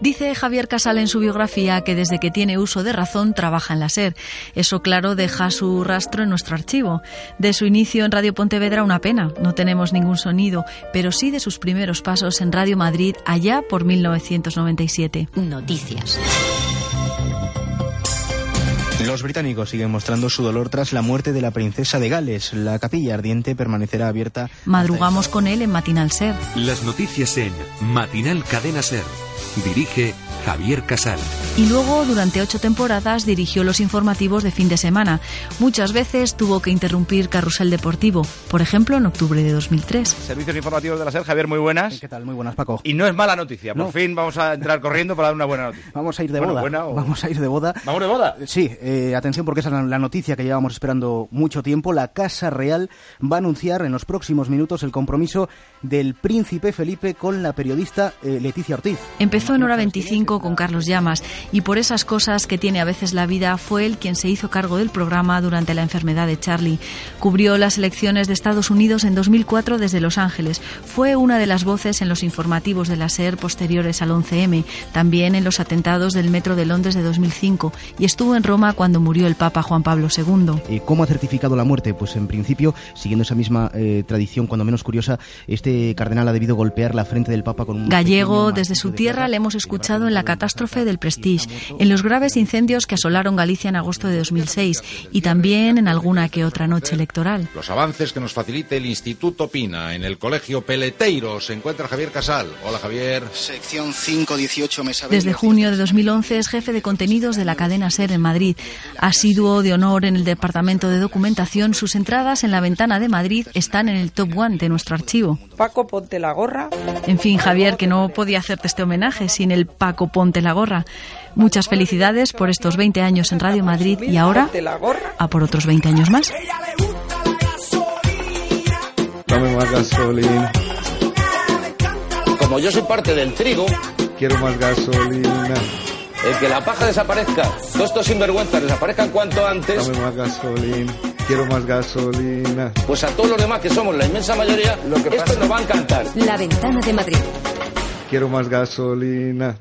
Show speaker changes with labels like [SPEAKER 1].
[SPEAKER 1] Dice Javier Casal en su biografía que desde que tiene uso de razón trabaja en la SER. Eso, claro, deja su rastro en nuestro archivo. De su inicio en Radio Pontevedra, una pena, no tenemos ningún sonido, pero sí de sus primeros pasos en Radio Madrid allá por 1997.
[SPEAKER 2] Noticias.
[SPEAKER 3] Los británicos siguen mostrando su dolor tras la muerte de la princesa de Gales. La capilla ardiente permanecerá abierta.
[SPEAKER 1] Madrugamos con él en Matinal Ser.
[SPEAKER 4] Las noticias en Matinal Cadena Ser. Dirige Javier Casal.
[SPEAKER 1] Y luego, durante ocho temporadas, dirigió los informativos de fin de semana. Muchas veces tuvo que interrumpir Carrusel Deportivo, por ejemplo, en octubre de 2003.
[SPEAKER 5] Servicios informativos de la SER, Javier, muy buenas.
[SPEAKER 3] ¿Qué tal? Muy buenas, Paco.
[SPEAKER 5] Y no es mala noticia, por
[SPEAKER 3] No.
[SPEAKER 5] fin vamos a entrar corriendo para dar una buena noticia.
[SPEAKER 3] Vamos a ir de
[SPEAKER 5] Bueno,
[SPEAKER 3] boda.
[SPEAKER 5] buena o-
[SPEAKER 3] Vamos a ir de boda.
[SPEAKER 5] ¿Vamos de boda?
[SPEAKER 3] Sí, eh, atención porque esa es la- la noticia que llevábamos esperando mucho tiempo. La Casa Real va a anunciar en los próximos minutos el compromiso del príncipe Felipe con la periodista eh, Leticia Ortiz.
[SPEAKER 1] Empezó en hora 25 con Carlos Llamas y por esas cosas que tiene a veces la vida fue él quien se hizo cargo del programa durante la enfermedad de Charlie. Cubrió las elecciones de Estados Unidos en 2004 desde Los Ángeles. Fue una de las voces en los informativos de la SER posteriores al 11M, también en los atentados del metro de Londres de 2005 y estuvo en Roma cuando murió el Papa Juan Pablo II.
[SPEAKER 3] Eh, ¿Cómo ha certificado la muerte? Pues en principio, siguiendo esa misma eh, tradición, cuando menos curiosa, este cardenal ha debido golpear la frente del Papa con un.
[SPEAKER 1] Gallego,
[SPEAKER 3] pequeño
[SPEAKER 1] desde
[SPEAKER 3] martillo
[SPEAKER 1] su
[SPEAKER 3] de
[SPEAKER 1] tierra,
[SPEAKER 3] guerra.
[SPEAKER 1] le hemos escuchado en la catástrofe del Prestige, en los graves incendios que asolaron Galicia en agosto de 2006 y también en alguna que otra noche electoral.
[SPEAKER 6] Los avances que nos facilite el Instituto Pina en el Colegio Peleteiro se encuentra Javier Casal. Hola Javier.
[SPEAKER 7] Sección 518 Mesa
[SPEAKER 1] Desde junio de 2011 es jefe de contenidos de la cadena SER en Madrid. Asiduo de honor en el departamento de documentación, sus entradas en la ventana de Madrid están en el top one de nuestro archivo.
[SPEAKER 8] Paco, ponte la gorra.
[SPEAKER 1] En fin, Javier, que no podía hacerte este homenaje sin el Paco Ponte la Gorra. Muchas felicidades por estos 20 años en Radio Madrid y ahora
[SPEAKER 8] Ponte la gorra.
[SPEAKER 1] a por otros 20 años más.
[SPEAKER 9] Dame más gasolina,
[SPEAKER 10] Como yo soy parte del trigo,
[SPEAKER 9] quiero más gasolina,
[SPEAKER 10] el que la paja desaparezca, todos estos sinvergüenzas desaparezcan cuanto antes,
[SPEAKER 9] dame más gasolina, quiero más gasolina.
[SPEAKER 10] pues a todos los demás que somos la inmensa mayoría, esto nos va a encantar.
[SPEAKER 2] La ventana de Madrid.
[SPEAKER 9] Quiero más gasolina.